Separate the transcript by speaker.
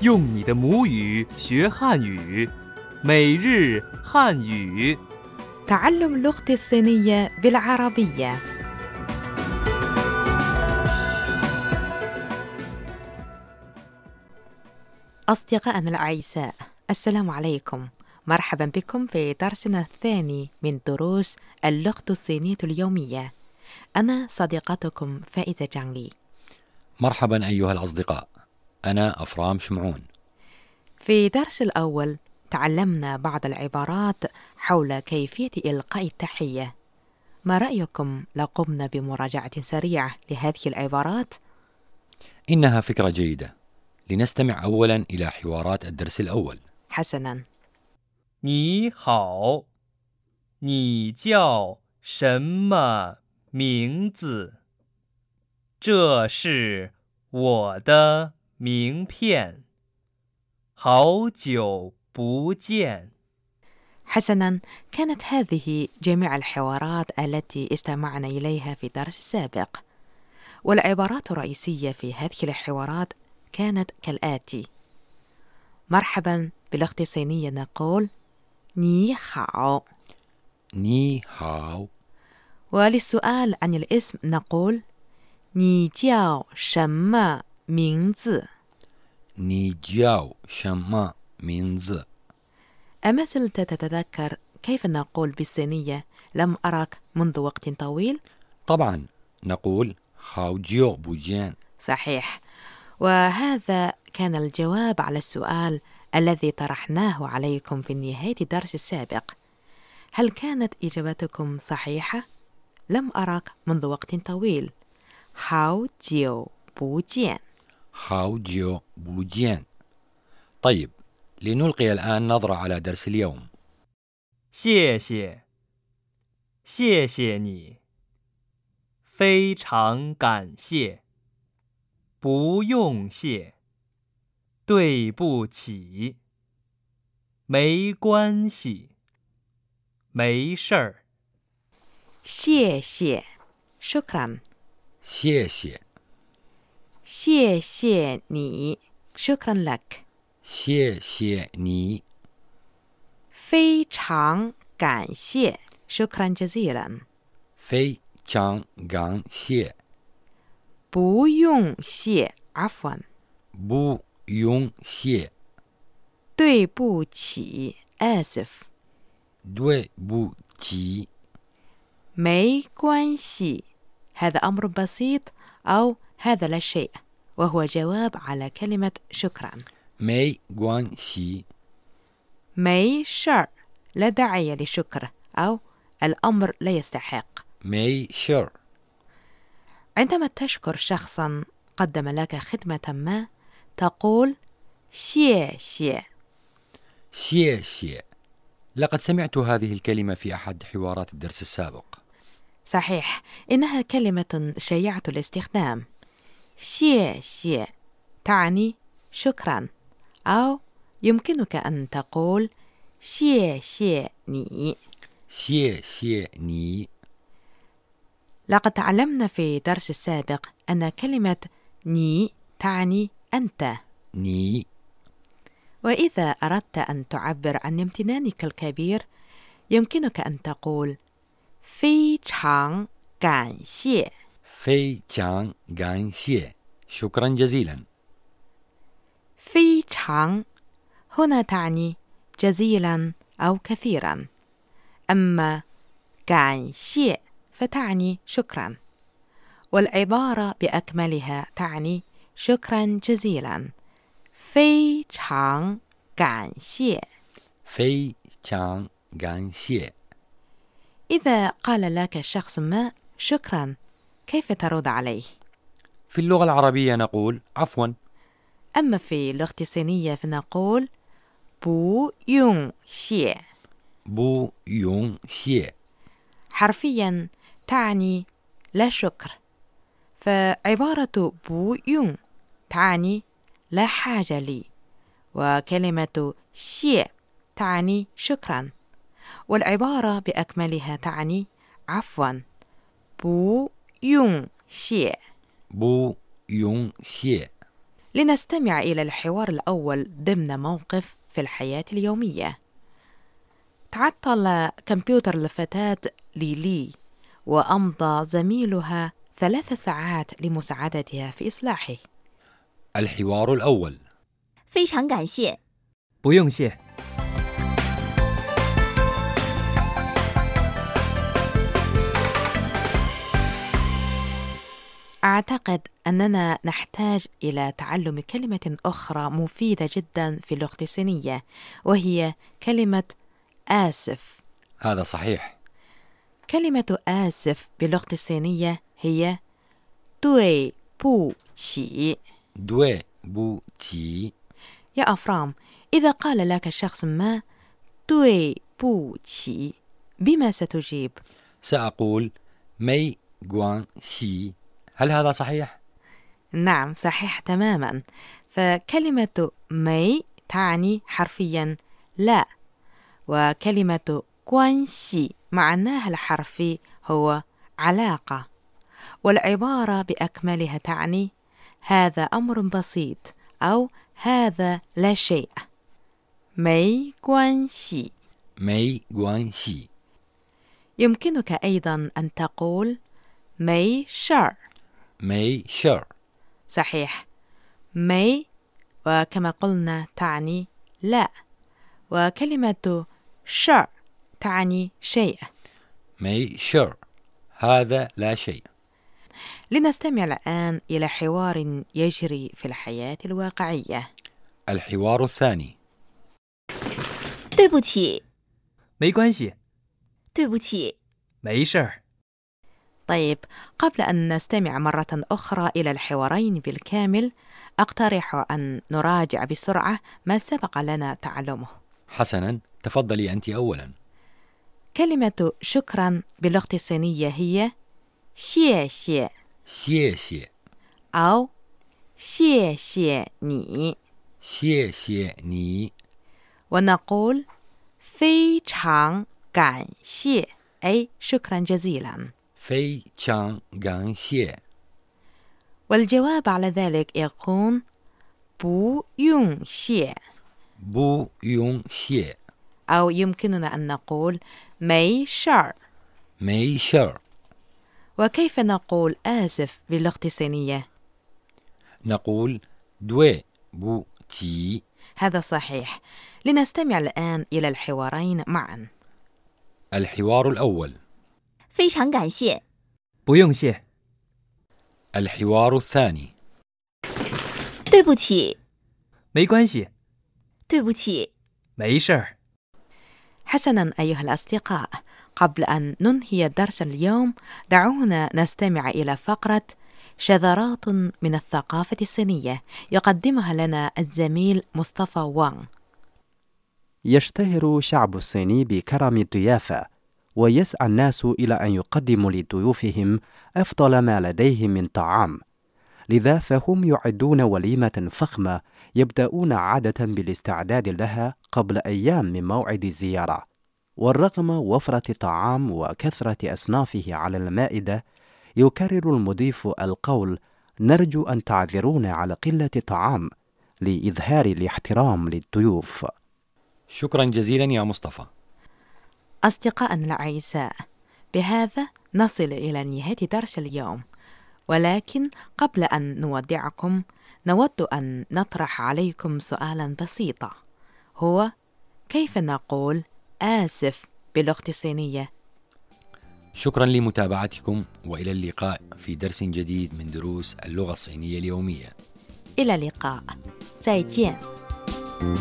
Speaker 1: 用你的母语学汉语，每日汉语。
Speaker 2: تعلم لغتي الصينية بالعربية أصدقائنا الأعزاء السلام عليكم مرحبا بكم في درسنا الثاني من دروس اللغة الصينية اليومية أنا صديقتكم فائزة جانلي
Speaker 3: مرحبا أيها الأصدقاء أنا أفرام شمعون
Speaker 2: في درس الأول تعلمنا بعض العبارات حول كيفية إلقاء التحية ما رأيكم لو قمنا بمراجعة سريعة لهذه العبارات؟
Speaker 3: إنها فكرة جيدة لنستمع أولا إلى حوارات الدرس الأول
Speaker 2: حسناً
Speaker 1: 你好，你叫什么名字？这是我的名片。好久不见，
Speaker 2: حسناً كانت هذه جميع الحوارات التي استمعنا إليها في درس السابق والعبارات الرئيسية في هذه الحوارات كانت كالآتي مرحباً باللغة الصينية نقول ني هاو
Speaker 3: ني هاو
Speaker 2: وللسؤال عن الاسم نقول ني جاو شما مينزي
Speaker 3: ني جاو شما مينز
Speaker 2: أما زلت تتذكر كيف نقول بالصينية لم أراك منذ وقت طويل؟
Speaker 3: طبعا نقول هاو جيو بوجيان
Speaker 2: صحيح وهذا كان الجواب على السؤال الذي طرحناه عليكم في نهاية الدرس السابق هل كانت إجابتكم صحيحة؟ لم أراك منذ وقت طويل هاو جيو بوجيان
Speaker 3: هاو جيو بوجيان طيب لنلقي الآن نظرة على درس اليوم
Speaker 1: 谢谢，谢谢你，非常感谢，不用谢，对不起，没关系，没事儿。
Speaker 2: 谢谢 شكرا
Speaker 3: شيء شيء
Speaker 2: 谢谢你 شكرا لك
Speaker 3: شيء شيء ني
Speaker 2: 非常感谢 شكرا جزيلا
Speaker 3: في تشان غان شيء
Speaker 2: 不用谢 عفوا
Speaker 3: بو يون شيء
Speaker 2: 对不起 آسف
Speaker 3: دو بو جي
Speaker 2: 没关系هذا أمر بسيط أو هذا لا شيء وهو جواب على كلمة شكرا
Speaker 3: مي غوان شي
Speaker 2: 没事儿 لا داعي لشكر أو الأمر لا يستحق
Speaker 3: مي شر
Speaker 2: عندما تشكر شخصا قدم لك خدمة ما تقول شيء شيء
Speaker 3: شيء شيء لقد سمعت هذه الكلمة في أحد حوارات الدرس السابق
Speaker 2: صحيح إنها كلمة شيعة الاستخدام شيء شيء تعني شكرا أو يمكنك أن تقول شيء شيء ني
Speaker 3: شيء شيء ني
Speaker 2: لقد تعلمنا في درس السابق أن كلمة ني تعني أنت
Speaker 3: ني
Speaker 2: وإذا أردت أن تعبر عن امتنانك الكبير يمكنك أن تقول 非常感谢
Speaker 3: في تشان غان شيء شكرا جزيلا
Speaker 2: 非常 هنا تعني جزيلا أو كثيرا أما 感谢 فتعني شكرا والعبارة بأكملها تعني شكرا جزيلا 非常感谢
Speaker 3: في تشان غان شيء
Speaker 2: إذا قال لك شخص ما شكرا كيف ترد عليه؟
Speaker 3: في اللغة العربية نقول عفوا
Speaker 2: أما في اللغة الصينية فنقول 不用谢
Speaker 3: بو يون شيء
Speaker 2: حرفيا تعني لا شكر فعبارة بويون تعني لا حاجة لي وكلمة شيء تعني شكرا والعبارة بأكملها تعني عفوا بويون شيء
Speaker 3: بو يون شيء
Speaker 2: لنستمع إلى الحوار الأول ضمن موقف في الحياة اليومية تعطل كمبيوتر الفتاة ليلي وأمضى زميلها ثلاث ساعات لمساعدتها في إصلاحه
Speaker 3: الحوار الأول
Speaker 4: 非常感谢，
Speaker 1: 不用谢，
Speaker 2: أعتقد أننا نحتاج إلى تعلم كلمة أخرى مفيدة جدا في اللغة الصينية وهي كلمة آسف
Speaker 3: هذا صحيح
Speaker 2: كلمة آسف باللغة الصينية هي دوي بو شي
Speaker 3: دوي بو تي
Speaker 2: يا أفرام إذا قال لك شخص ما دوي بو شي بما ستجيب؟
Speaker 3: سأقول مي جوان شي هل هذا صحيح؟
Speaker 2: نعم صحيح تماما فكلمة مي تعني حرفيا لا وكلمة كوانشي معناها الحرفي هو علاقة والعبارة بأكملها تعني هذا أمر بسيط أو هذا لا شيء مي كوانشي
Speaker 3: مي جوان شي
Speaker 2: يمكنك أيضا أن تقول مي شر
Speaker 3: مي شر
Speaker 2: صحيح مي وكما قلنا تعني لا وكلمة شر تعني شيء
Speaker 3: مي شر هذا لا شيء
Speaker 2: لنستمع الآن إلى حوار يجري في الحياة الواقعية
Speaker 3: الحوار الثاني
Speaker 4: 对不起，
Speaker 1: 没关系，
Speaker 4: 对不起，
Speaker 1: 没事儿，
Speaker 2: طيب قبل أن نستمع مرة أخرى إلى الحوارين بالكامل أقترح أن نراجع بسرعة ما سبق لنا تعلمه
Speaker 3: حسنا تفضلي أنت أولا
Speaker 2: كلمة شكرا باللغة الصينية هي شيء شيء
Speaker 3: شي شي
Speaker 2: أو شيء شيء ني
Speaker 3: شي شي ني
Speaker 2: ونقول في تشانغ كان شيء أي شكرا جزيلا
Speaker 3: في تشان غان شي
Speaker 2: والجواب على ذلك يكون بو يون شيء
Speaker 3: بو يون شي
Speaker 2: أو يمكننا أن نقول مي شر
Speaker 3: مي شر
Speaker 2: وكيف نقول آسف باللغة الصينية؟
Speaker 3: نقول دوي بو تي
Speaker 2: هذا صحيح لنستمع الآن إلى الحوارين معا
Speaker 3: الحوار الأول
Speaker 4: 非常感谢，
Speaker 1: 不用谢，
Speaker 3: الحوار الثاني
Speaker 4: 对不起，
Speaker 1: 没关系，
Speaker 4: 对不起，
Speaker 1: 没事儿，
Speaker 2: حسنا أيها الأصدقاء قبل أن ننهي الدرس اليوم دعونا نستمع إلى فقرة شذرات من الثقافة الصينية يقدمها لنا الزميل مصطفى وانغ
Speaker 5: يشتهر شعب الصين بكرم الضيافة، ويسعى الناس إلى أن يقدموا لضيوفهم أفضل ما لديهم من طعام. لذا فهم يعدون وليمة فخمة يبدأون عادة بالاستعداد لها قبل أيام من موعد الزيارة. والرغم وفرة الطعام وكثرة أصنافه على المائدة، يكرر المضيف القول: نرجو أن تعذرونا على قلة الطعام، لإظهار الاحترام للضيوف.
Speaker 3: شكرا جزيلا يا مصطفى
Speaker 2: أصدقائنا الأعزاء بهذا نصل إلى نهاية درس اليوم ولكن قبل أن نودعكم نود أن نطرح عليكم سؤالا بسيطا هو كيف نقول آسف باللغة الصينية؟
Speaker 3: شكرا لمتابعتكم والى اللقاء في درس جديد من دروس اللغه الصينيه اليوميه
Speaker 2: إلى اللقاء 再见